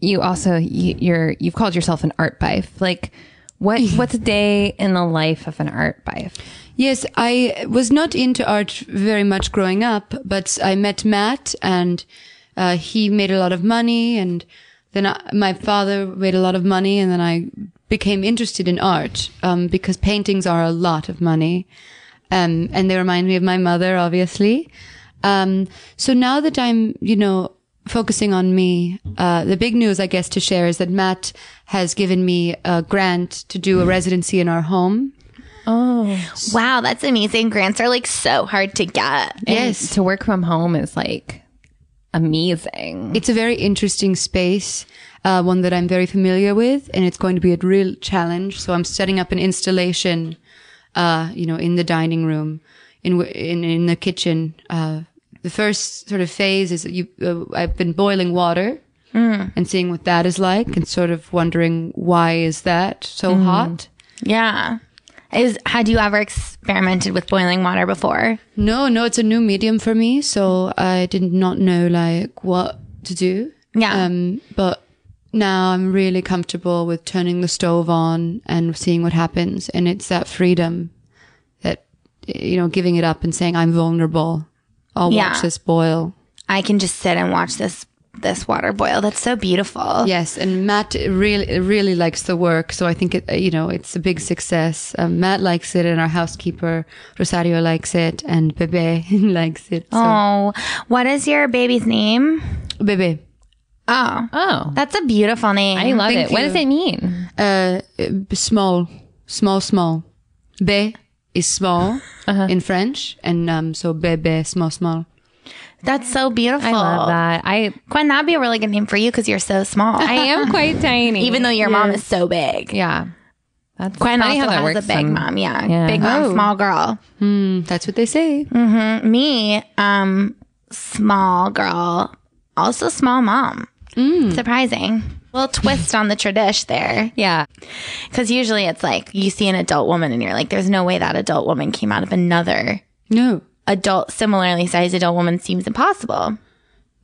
S2: you also you, you're you've called yourself an art bife. Like what what's a day in the life of an art bife?
S3: Yes, I was not into art very much growing up, but I met Matt and uh, he made a lot of money and then I, my father made a lot of money and then I became interested in art um, because paintings are a lot of money. Um, and they remind me of my mother, obviously. Um, so now that I'm, you know, focusing on me, uh, the big news, I guess, to share is that Matt has given me a grant to do a residency in our home.
S1: Wow, that's amazing. Grants are like so hard to get.
S3: Yes.
S2: To work from home is like amazing.
S3: It's a very interesting space, uh, one that I'm very familiar with, and it's going to be a real challenge. So I'm setting up an installation, uh, you know, in the dining room, in w- in in the kitchen. Uh, the first sort of phase is that you. Uh, I've been boiling water and seeing what that is like, and sort of wondering why is that so hot.
S1: Yeah. Is had you ever experimented with boiling water before?
S3: No, no, it's a new medium for me, so I did not know like what to do.
S1: Yeah.
S3: Um, but now I'm really comfortable with turning the stove on and seeing what happens, and it's that freedom that you know, giving it up and saying I'm vulnerable. I'll
S1: Yeah.
S3: watch this boil.
S1: I can just sit and watch this this water boil. That's so beautiful.
S3: Yes, and Matt really really likes the work, so I think it, you know it's a big success. Um, Matt likes it, and our housekeeper Rosario likes it, and Bebe likes it. So
S1: Oh, what is your baby's name?
S3: Bebe.
S1: Oh,
S2: oh.
S1: that's a beautiful name.
S2: I love
S3: thank
S2: it. What
S3: you.
S2: does it mean?
S3: uh, small, small, small. Be is small in French, and um, so bebe, small, small.
S1: That's so beautiful.
S2: I love that. I
S1: Quinn, that'd be a really good name for you because you're so small.
S2: I am quite tiny.
S1: Even though your mom is so big.
S2: Yeah. That's
S1: Gwen
S2: funny
S1: also
S2: how that
S1: has
S2: works
S1: a big
S2: some-
S1: mom. Yeah.
S2: Yeah. Oh.
S1: Big mom, small girl.
S3: That's what they say.
S1: Me, um, small girl, also small mom.
S2: Mm.
S1: Surprising. Little twist on the tradish there.
S2: Yeah.
S1: Because usually it's like you see an adult woman and you're like, there's no way that adult woman came out of another
S3: No.
S1: adult, similarly sized adult woman seems impossible.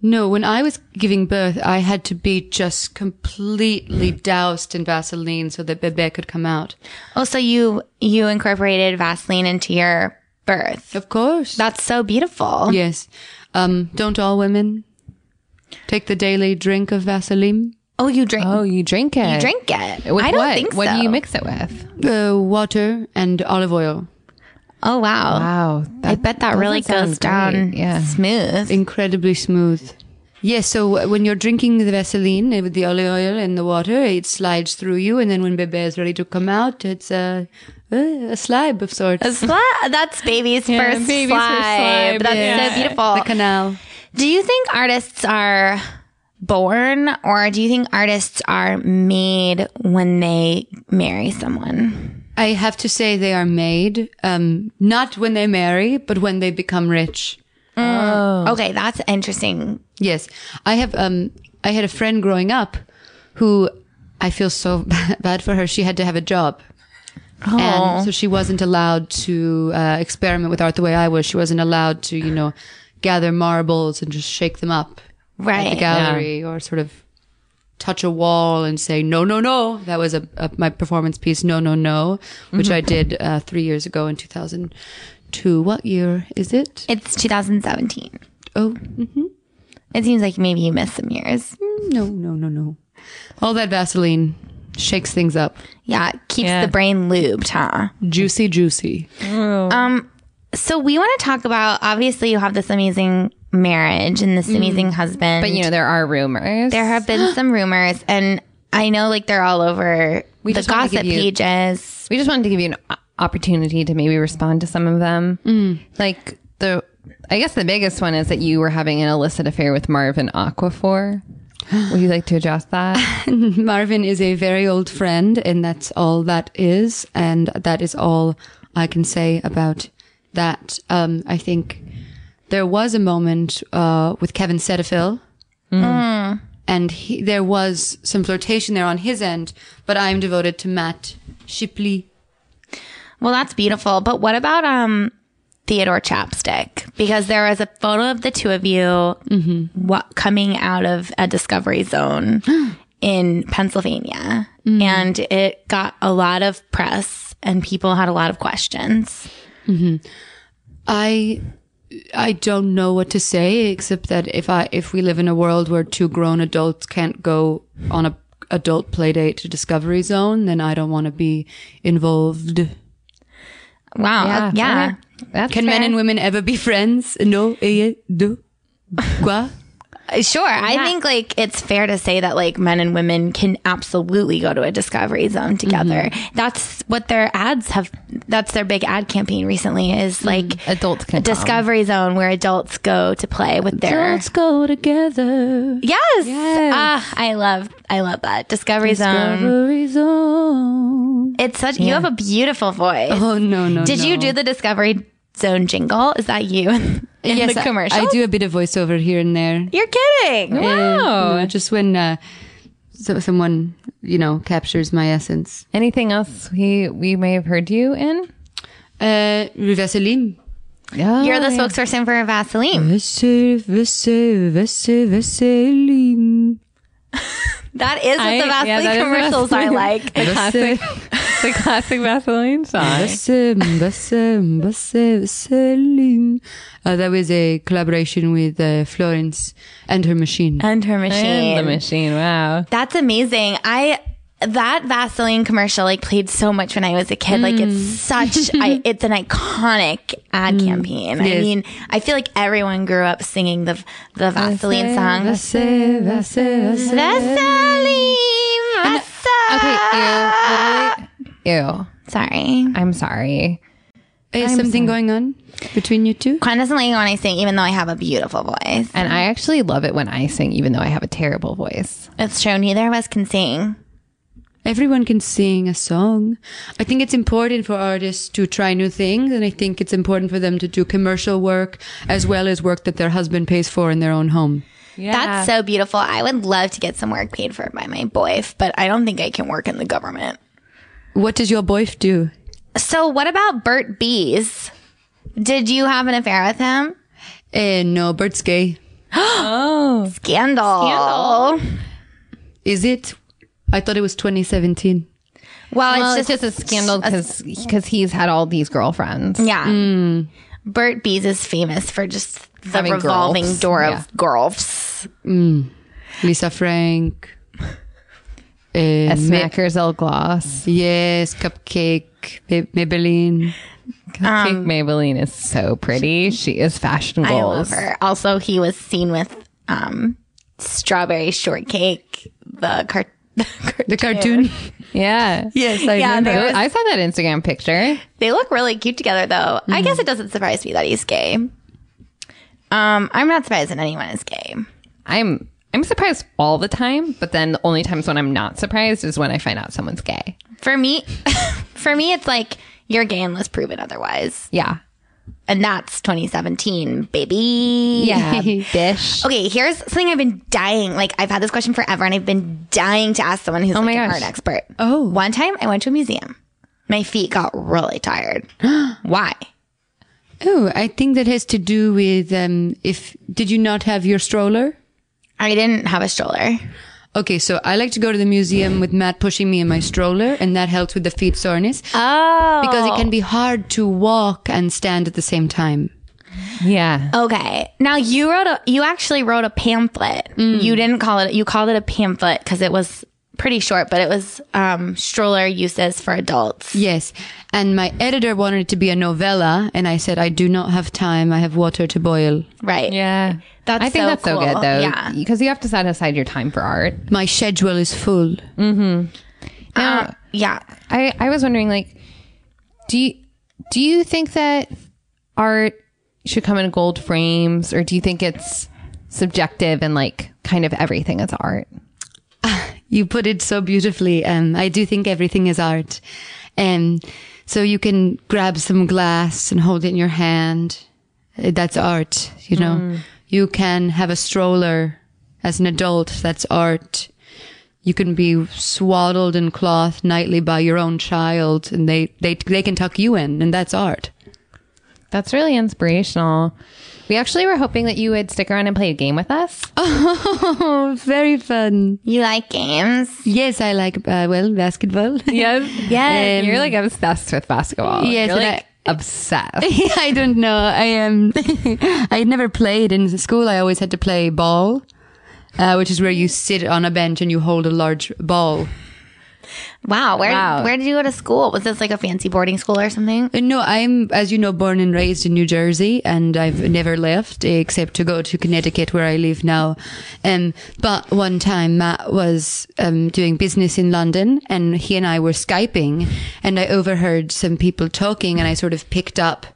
S3: No, when I was giving birth, I had to be just completely doused in Vaseline so that Bebe could come out.
S1: Also, you you incorporated Vaseline into your birth.
S3: Of course.
S1: That's so beautiful.
S3: yes. Um, don't all women take the daily drink of Vaseline?
S1: Oh, you drink
S2: Oh, you drink it.
S1: you drink it.
S2: With
S1: I don't
S2: what?
S1: think so.
S2: What do you mix it with?
S3: Uh, water and olive oil.
S1: Oh wow.
S2: Wow.
S1: I bet that really
S2: doesn't sound
S1: goes down
S2: great. Yeah.
S1: smooth.
S3: Incredibly smooth. Yes, so when you're drinking the Vaseline eh, with the olive oil and the water, it slides through you, and then when Bebe is ready to come out, it's a, a slab of sorts.
S1: A sli- that's baby's first
S2: baby's first
S1: slide.
S2: slibe,
S1: That's
S2: yeah.
S1: so beautiful.
S3: the canal.
S1: Do you think artists are born or do you think artists are made when they marry someone?
S3: I have to say they are made, um, not when they marry, but when they become rich.
S2: Oh.
S1: Okay, that's interesting.
S3: Yes. I have, um, I had a friend growing up who I feel so bad for her. She had to have a job. And so she wasn't allowed to uh, experiment with art the way I was. She wasn't allowed to, you know, gather marbles and just shake them up at
S1: Right.
S3: the gallery or sort of touch a wall and say no no no that was a, a my performance piece no no no which i did uh, three years ago in 2002 what year is it
S1: It's 2017.
S3: oh
S1: It seems like maybe you missed some years.
S3: no no no no all that vaseline shakes things up
S1: Yeah, it keeps
S2: Yeah.
S1: the brain lubed, huh?
S3: juicy juicy
S1: So we want to talk about obviously you have this amazing marriage and this amazing husband.
S2: Mm-hmm. But you know, there are rumors.
S1: there have been some rumors and I know like they're all over
S2: We
S1: the
S2: just wanted to
S1: gossip
S2: give you-
S1: pages.
S2: We just wanted to give you an o- opportunity to maybe respond to some of them. Like the, I guess the biggest one is that you were having an illicit affair with Marvin Aquafor. Would you like to address that?
S3: Marvin is a very old friend, and that's all that is, and that is all I can say about that. Um, I think there was a moment uh, with Kevin Setterfield, and he, there was some flirtation there on his end, but I am devoted to Matt Shipley.
S1: Well, that's beautiful. But what about um Theodore Chapstick? Because there was a photo of the two of you
S2: Mm-hmm.
S1: what coming out of a discovery zone in Pennsylvania.
S2: Mm-hmm.
S1: And it got a lot of press and people had a lot of questions.
S3: I I don't know what to say except that if I if we live in a world where two grown adults can't go on a adult play date to Discovery Zone, then I don't want to be involved.
S1: Wow. Yeah.
S2: That's
S3: Can
S2: fair.
S3: men and women ever be friends? No, eh, do, quoi?
S1: Uh, Sure. I think like it's fair to say that like men and women can absolutely go to a discovery zone together.
S3: Mm-hmm.
S1: That's what their ads have. That's their big ad campaign recently
S3: Mm-hmm.
S1: is like
S2: adults can come.
S1: discovery zone where adults go to play with their
S3: Let's go together.
S1: yes, Ah, i love i love that discovery zone
S3: Discovery Zone.
S1: it's such you have a beautiful voice
S3: Oh no no!
S1: did you do the discovery zone jingle is that you in
S3: yes,
S1: the
S3: I-
S1: commercial
S3: I do a bit of voiceover here and there.
S1: you're kidding
S3: Oh, just when uh, so someone you know captures my essence.
S2: Anything else we we may have heard you in?
S3: Uh, Vaseline.
S2: Yeah.
S1: you're the spokesperson for vaseline
S3: Vaseline.
S1: that is what the
S2: I- yeah,
S1: vaseline
S2: that is
S1: commercials are
S2: Vaseline.
S1: like
S2: the classic, the classic Vaseline song.
S3: Vaseline. Uh, that was a collaboration with uh, Florence and her machine.
S1: and her machine
S2: And the machine. Wow.
S1: That's amazing. I that Vaseline commercial like played so much when I was a kid. Like it's
S2: Mm.
S1: such I, it's an iconic ad campaign. I
S3: Yes.
S1: mean, I feel like everyone grew up singing the the Vaseline song.
S3: Vase- Vase- Vase-
S1: Vaseline.
S2: uh, Okay.
S1: Vaseline.
S2: Ew. Literally. Ew.
S1: Sorry.
S2: I'm sorry.
S3: Is something going on between you two?
S1: Quan doesn't like it when I sing, even though I have a beautiful voice.
S2: And I actually love it when I sing, even though I have a terrible voice.
S1: It's true. Neither of us can sing.
S3: everyone can sing a song. I think it's important for artists to try new things, and I think it's important for them to do commercial work as well as work that their husband pays for in their own home.
S1: That's so beautiful. I would love to get some work paid for by my boyf, but I don't think I can work in the government.
S3: What does your boyf do?
S1: So what about Bert Bees? Did you have an affair with him?
S3: Eh, no, Bert's gay.
S1: Scandal.
S3: Is it? I thought it was 2017.
S1: Well,
S2: Well,
S1: it's just,
S2: a scandal because he's had all these girlfriends.
S1: yeah. Bert Bees is famous for just the
S2: hmm. Having
S1: revolving
S2: girls.
S1: door
S2: Yeah.
S1: of girls.
S3: Lisa Frank. uh, Eh,
S2: A Smackers El Gloss.
S3: yes, Cupcake, Be- Maybelline.
S2: I think Maybelline is so pretty. She is fashion
S1: Um, I love
S2: goals.
S1: her. Also, he was seen with um, strawberry shortcake, the car-
S3: The cartoon.
S2: Yeah.
S3: yes, I
S1: Yeah,
S3: remember.
S1: there was-
S2: I saw that Instagram picture.
S1: They look really cute together, though.
S2: Mm-hmm.
S1: I guess it doesn't surprise me that he's gay. Um, I'm not surprised that anyone is gay.
S2: I'm I'm surprised all the time, but then the only times when I'm not surprised is when I find out someone's gay.
S1: For me, for me, it's like you're gay unless proven otherwise,
S2: Yeah.
S1: and that's 2017, baby.
S2: Yeah. Bish.
S1: Okay, here's something I've been dying. Like I've had this question forever, and I've been dying to ask someone who's like
S2: my
S1: an
S2: gosh.
S1: art expert. Oh, one time I went to a museum. My feet got really tired. Why?
S3: Oh, I think that has to do with um, if did you not have your stroller?
S1: I didn't have a stroller.
S3: Okay, so I like to go to the museum with Matt pushing me in my stroller, and that helps with the feet soreness
S1: Oh,
S3: because it can be hard to walk and stand at the same time.
S2: Yeah.
S1: Okay. Now you wrote a you actually wrote a pamphlet. You didn't call it you called it a pamphlet cuz it was pretty short, but it was um stroller uses for adults.
S3: Yes, and my editor wanted it to be a novella, and I said I do not have time. I have water to boil.
S1: Right.
S2: Yeah.
S1: That's
S2: I think
S1: so
S2: that's so
S1: cool.
S2: good though.
S1: Yeah.
S2: Because you have to set aside your time for art.
S3: My schedule is full.
S1: Uh, yeah.
S2: I, I was wondering like do you do you think that art should come in gold frames or do you think it's subjective and like kind of everything is art?
S3: You put it so beautifully. Um, I do think everything is art. Um, so you can grab some glass and hold it in your hand. Uh, That's art, you know. You can have a stroller as an adult. That's art. You can be swaddled in cloth nightly by your own child and they, they, they can tuck you in and that's art.
S2: That's really inspirational. We actually were hoping that you would stick around and play a game with us.
S3: Oh, very fun.
S1: You like games?
S3: Yes, I like, uh, well, basketball.
S2: Yes.
S1: Yes.
S2: You're like obsessed with basketball.
S3: Yes,
S2: You're
S3: and
S2: like obsessed.
S3: Yeah, I don't know. I um, I had never played in school. I always had to play ball, uh, which is where you sit on a bench and you hold a large ball.
S1: Wow, where
S2: Wow.
S1: where did you go to school? Was this like a fancy boarding school or something?
S3: Uh, No, I'm, as you know, born and raised in New Jersey, and I've never left except to go to Connecticut, where I live now. Um, but one time Matt was um, doing business in London, and he and I were skyping, and I overheard some people talking, and I sort of picked up,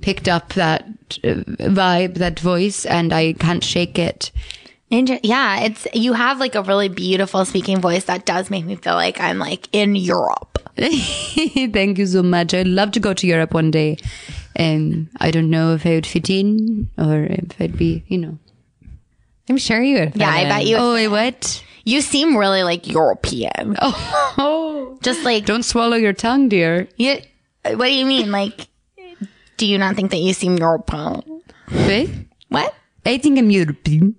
S3: picked up that uh, vibe, that voice, and I can't shake it.
S1: Inter- yeah, it's you have like a really beautiful speaking voice that does make me feel like I'm like in Europe.
S3: Thank you so much. I'd love to go to Europe one day. Um, I don't know if I would fit in or if I'd be, you know.
S2: I'm sure you would.
S1: Yeah, I bet you
S3: Oh, I what?
S1: you seem really like European.
S3: Oh,
S1: Just like
S3: don't swallow your tongue, dear.
S1: You, what do you mean? Like, do you not think that you seem European?
S3: Bae?
S1: What?
S3: I think I'm European.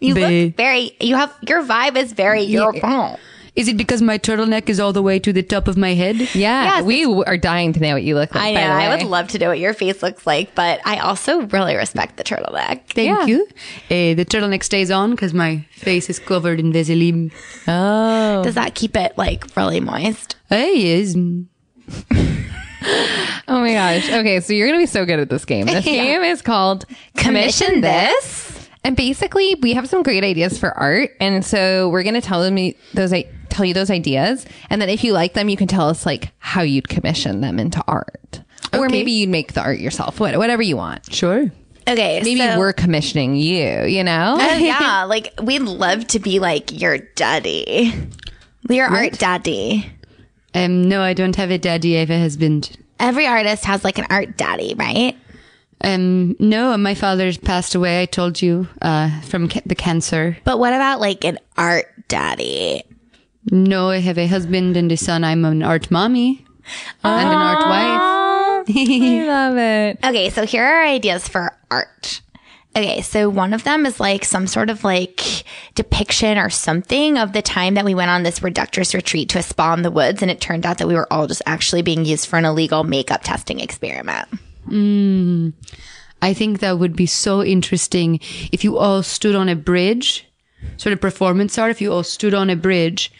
S1: You
S3: Bae.
S1: look very. You have your vibe is very European.
S3: Is it because my turtleneck is all the way to the top of my head?
S2: Yeah,
S1: Yes,
S2: we w- are dying to know what you look like.
S1: I know.
S2: By the way.
S1: I would love to know what your face looks like, but I also really respect the turtleneck.
S3: Thank
S2: Yeah.
S3: you. Uh, the turtleneck stays on because my face is covered in Vaseline.
S2: Oh,
S1: Does that keep it like really moist?
S3: Hey, yes.
S2: oh my gosh. Okay, so you're gonna be so good at this game. This game is called Commission This, and basically we have some great ideas for art, and so we're gonna tell them y- those I tell you those ideas, and then if you like them, you can tell us like how you'd commission them into art, or
S3: Okay.
S2: maybe you'd make the art yourself, what- whatever you want.
S3: Sure.
S1: Okay,
S2: Maybe
S1: so-
S2: we're commissioning you. You know.
S1: Oh, yeah, like we'd love to be like your daddy. Your art daddy.
S3: Um, no, I don't have a daddy, I have a husband.
S1: Every artist has like an art daddy, right?
S3: Um, no, my father passed away, I told you, uh, from ca- the cancer.
S1: But what about like an art daddy?
S3: No, I have a husband and a son. I'm an art mommy and an art wife. Ah.
S2: I love it.
S1: Okay, so here are ideas for art. Okay, so one of them is like some sort of like depiction or something of the time that we went on this reductress retreat to a spa in the woods, and it turned out that we were all just actually being used for an illegal makeup testing experiment.
S3: I think that would be so interesting if you all stood on a bridge, sort of performance art, if you all stood on a bridge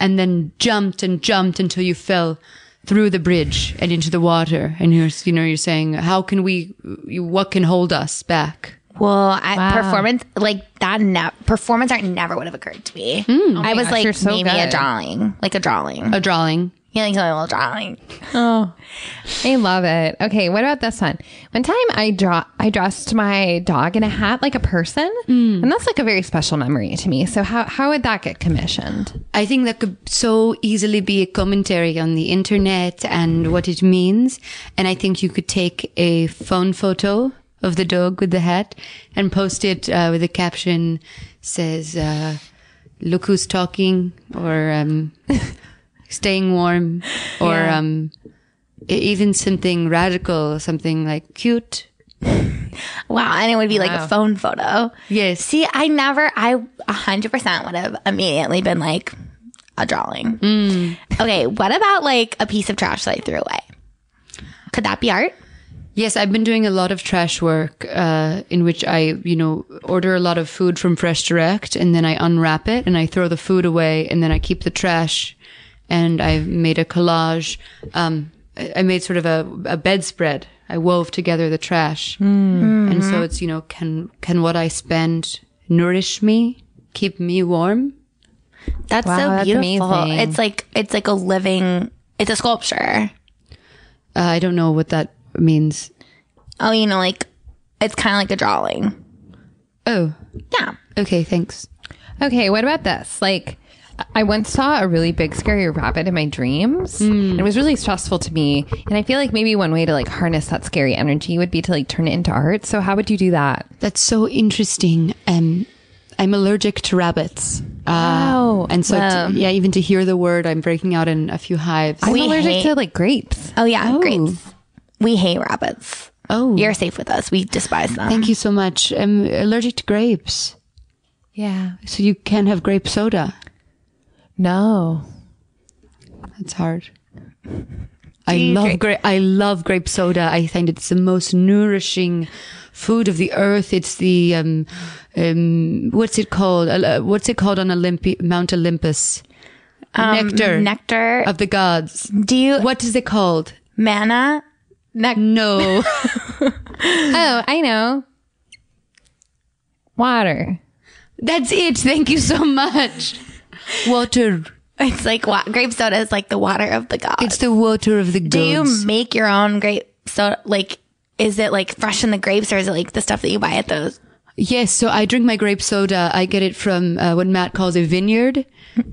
S3: and then jumped and jumped until you fell through the bridge and into the water. And you're, you know, you're saying, how can we, you- what can hold us back?
S1: Well, I, performance like that ne- performance art never would have occurred to me. I was
S2: Mm. Oh gosh,
S1: like
S2: you're so
S1: maybe a
S2: good.
S1: drawing, like a drawing,
S3: A drawing.
S1: yeah, like a little drawing.
S2: I love it. Okay, what about this one? One time I draw I dressed my dog in a hat like a person.
S1: Mm.
S2: And that's like a very special memory to me. So how how would that get commissioned?
S3: I think that could so easily be a commentary on the internet and what it means. And I think you could take a phone photo of the dog with the hat and post it uh, with a caption says, uh, look who's talking or, um, staying warm or, um, e- even something radical, something like cute.
S1: Wow, and it would be like a
S2: Wow.
S1: phone photo.
S3: Yes.
S1: See, I never, I 100% would have immediately been like a drawing. Okay, what about like a piece of trash that I threw away? Could that be art?
S3: Yes, I've been doing a lot of trash work, uh, in which I, you know, order a lot of food from Fresh Direct and then I unwrap it and I throw the food away and then I keep the trash and I've made a collage. Um, I I made sort of a, a bedspread. I wove together the trash. Mm-hmm. And so it's, you know, can, can what I spend nourish me, keep me warm?
S1: That's
S2: Wow,
S1: so
S2: that's
S1: beautiful.
S2: amazing.
S1: It's like, it's like a living, it's a sculpture.
S3: Uh, I don't know what that means.
S1: Oh, you know, like it's kind of like a drawing.
S3: Oh,
S1: Yeah.
S3: okay. Thanks.
S2: Okay, what about this? Like, I once saw a really big scary rabbit in my dreams,
S1: Mm.
S2: and it was really stressful to me. And I feel like maybe one way to like harness that scary energy would be to like turn it into art. So how would you do that?
S3: That's so interesting. Um, I'm allergic to rabbits. Uh,
S1: Oh,
S2: Wow.
S3: And so, to, yeah, even to hear the word, I'm breaking out in a few hives.
S2: I'm
S1: We
S2: allergic
S1: hate-
S2: to like grapes.
S1: Oh, yeah. Great. We hate rabbits.
S3: oh,
S1: You're safe with us. We despise them.
S3: thank you so much. I'm allergic to grapes,
S2: Yeah.
S3: so you can't have grape soda.
S2: No.
S3: That's hard. I love grape. I love grape soda. I find it's the most nourishing food of the earth. It's the um, um, what's it called? Uh, what's it called on Olympi- Mount Olympus? nectar
S1: Nectar.
S3: of the gods.
S1: Do you,
S3: What is it called?
S1: manna?
S3: No.
S2: Oh, I know. Water.
S3: That's it. Thank you so much. Water.
S1: It's like wa- grape soda is like the water of the gods.
S3: It's the water of the gods.
S1: Do you make your own grape soda? Like, is it like fresh in the grapes, or is it like the stuff that you buy at those?
S3: Yes, so I drink my grape soda. I get it from uh, what Matt calls a vineyard,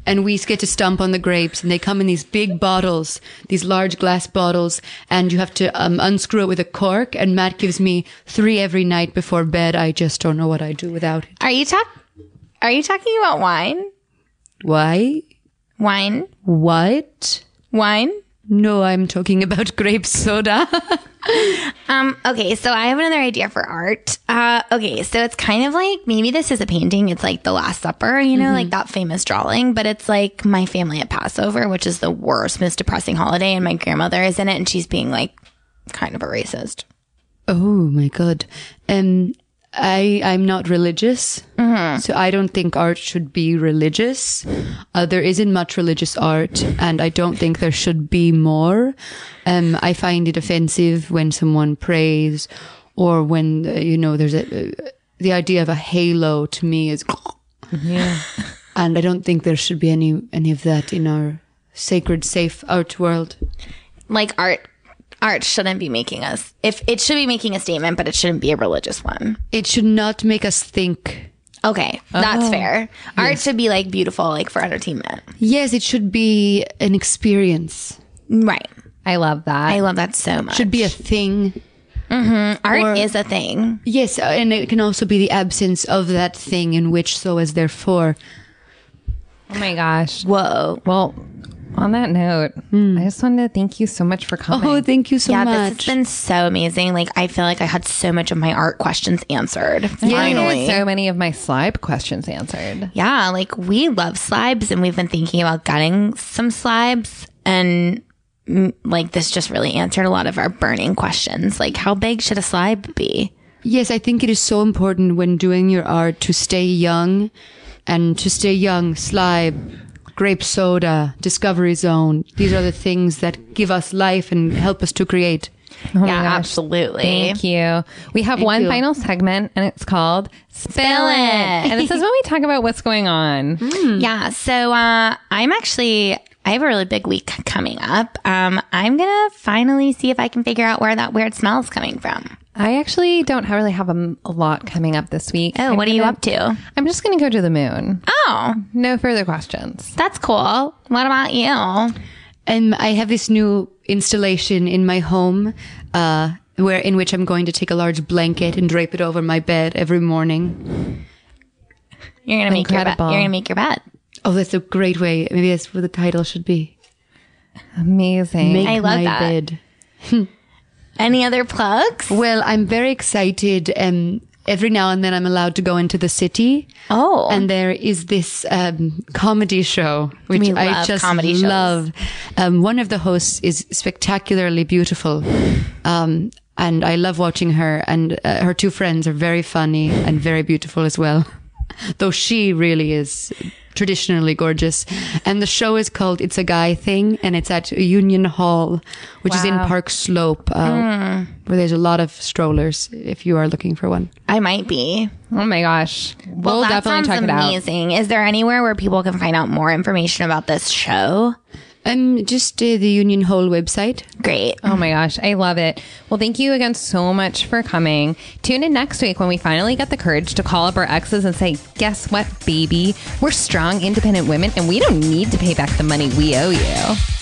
S3: and we get to stump on the grapes, and they come in these big bottles, these large glass bottles, and you have to um, unscrew it with a cork. And Matt gives me three every night before bed. I just don't know what I do without it.
S1: Are you talk? Are you talking about wine?
S3: Why?
S1: Wine?
S3: What?
S1: Wine?
S3: No, I'm talking about grape soda.
S1: Um. Okay. So I have another idea for art. Uh. Okay. So it's kind of like maybe this is a painting. It's like the Last Supper. You know, like that famous drawing. But it's like my family at Passover, which is the worst, most depressing holiday, and my grandmother is in it, and she's being like kind of a racist.
S3: Oh my god. Um I I'm not religious. So I don't think art should be religious. Uh, there isn't much religious art and I don't think there should be more. Um I find it offensive when someone prays or when uh, you know there's a uh, the idea of a halo to me is
S2: Yeah.
S3: and I don't think there should be any any of that in our sacred safe art world.
S1: like art art shouldn't be making us if it should be making a statement but it shouldn't be a religious one
S3: It should not make us think.
S1: Okay,
S3: Oh.
S1: that's fair. Art should be like beautiful, like for entertainment.
S3: Yes, it should be an experience.
S1: Right.
S2: I love that.
S1: I love that so much.
S3: Should be a thing.
S1: Art is a thing.
S3: Yes, uh, and it can also be the absence of that thing in which so as therefore.
S2: oh my gosh.
S1: Whoa.
S2: Well, on that note,
S1: Hmm.
S2: I just wanted to thank you so much for coming.
S3: Oh, thank you so
S1: Yeah,
S3: much.
S1: this has been so amazing. Like, I feel like I had so much of my art questions answered.
S2: I had
S1: Finally.
S2: so many of my slibe questions answered.
S1: Yeah, like we love slibes and we've been thinking about getting some slibes and mm, like this just really answered a lot of our burning questions. Like how big should a slibe be?
S3: Yes, I think it is so important when doing your art to stay young and to stay young, slibe, grape soda, discovery zone. These are the things that give us life and help us to create.
S1: yeah,
S2: Oh
S1: absolutely.
S2: Thank you. We have one
S3: you.
S2: final segment and it's called Spill
S1: It. Hmm.
S2: And this is when we talk about what's going on.
S1: Yeah. So uh, I'm actually, I have a really big week coming up. Um, I'm going to finally see if I can figure out where that weird smell is coming from.
S2: I actually don't ha- really have um, a, lot coming up this week.
S1: Oh, what are you up to?
S2: I'm just going to go to the moon.
S1: Oh,
S2: No further questions.
S1: that's cool. What about you?
S3: And I have this new installation in my home, uh, where in which I'm going to take a large blanket and drape it over my bed every morning.
S1: You're going to make your bed.
S2: Incredible.
S1: You're going to make your bed.
S3: Oh, that's a great way. Maybe that's what the title should be.
S2: Amazing.
S3: Make
S1: I love
S3: my
S1: that.
S3: bed.
S1: Any other plugs?
S3: Well, I'm very excited. Um, every now and then I'm allowed to go into the city.
S1: Oh,
S3: and there is this um, comedy show which
S1: We
S3: I
S1: love
S3: just
S1: comedy shows.
S3: love. Um, one of the hosts is spectacularly beautiful, um, and I love watching her. And uh, her two friends are very funny and very beautiful as well, though she really is traditionally gorgeous. And the show is called "It's a Guy Thing," and it's at Union Hall, which is in Park Slope, uh,
S1: Hmm.
S3: where there's a lot of strollers if you are looking for one.
S1: I might be.
S2: oh my gosh. We'll
S1: that
S2: definitely
S1: sounds
S2: check it out.
S1: amazing. Is there anywhere where people can find out more information about this show?
S3: Um, just uh, the Union Hall website.
S1: Great.
S2: Oh my gosh, I love it. Well, thank you again so much for coming. Tune in next week when we finally get the courage to call up our exes and say, Guess what, baby? We're strong, independent women, and we don't need to pay back the money we owe you.